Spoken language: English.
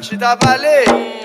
Chita Valley.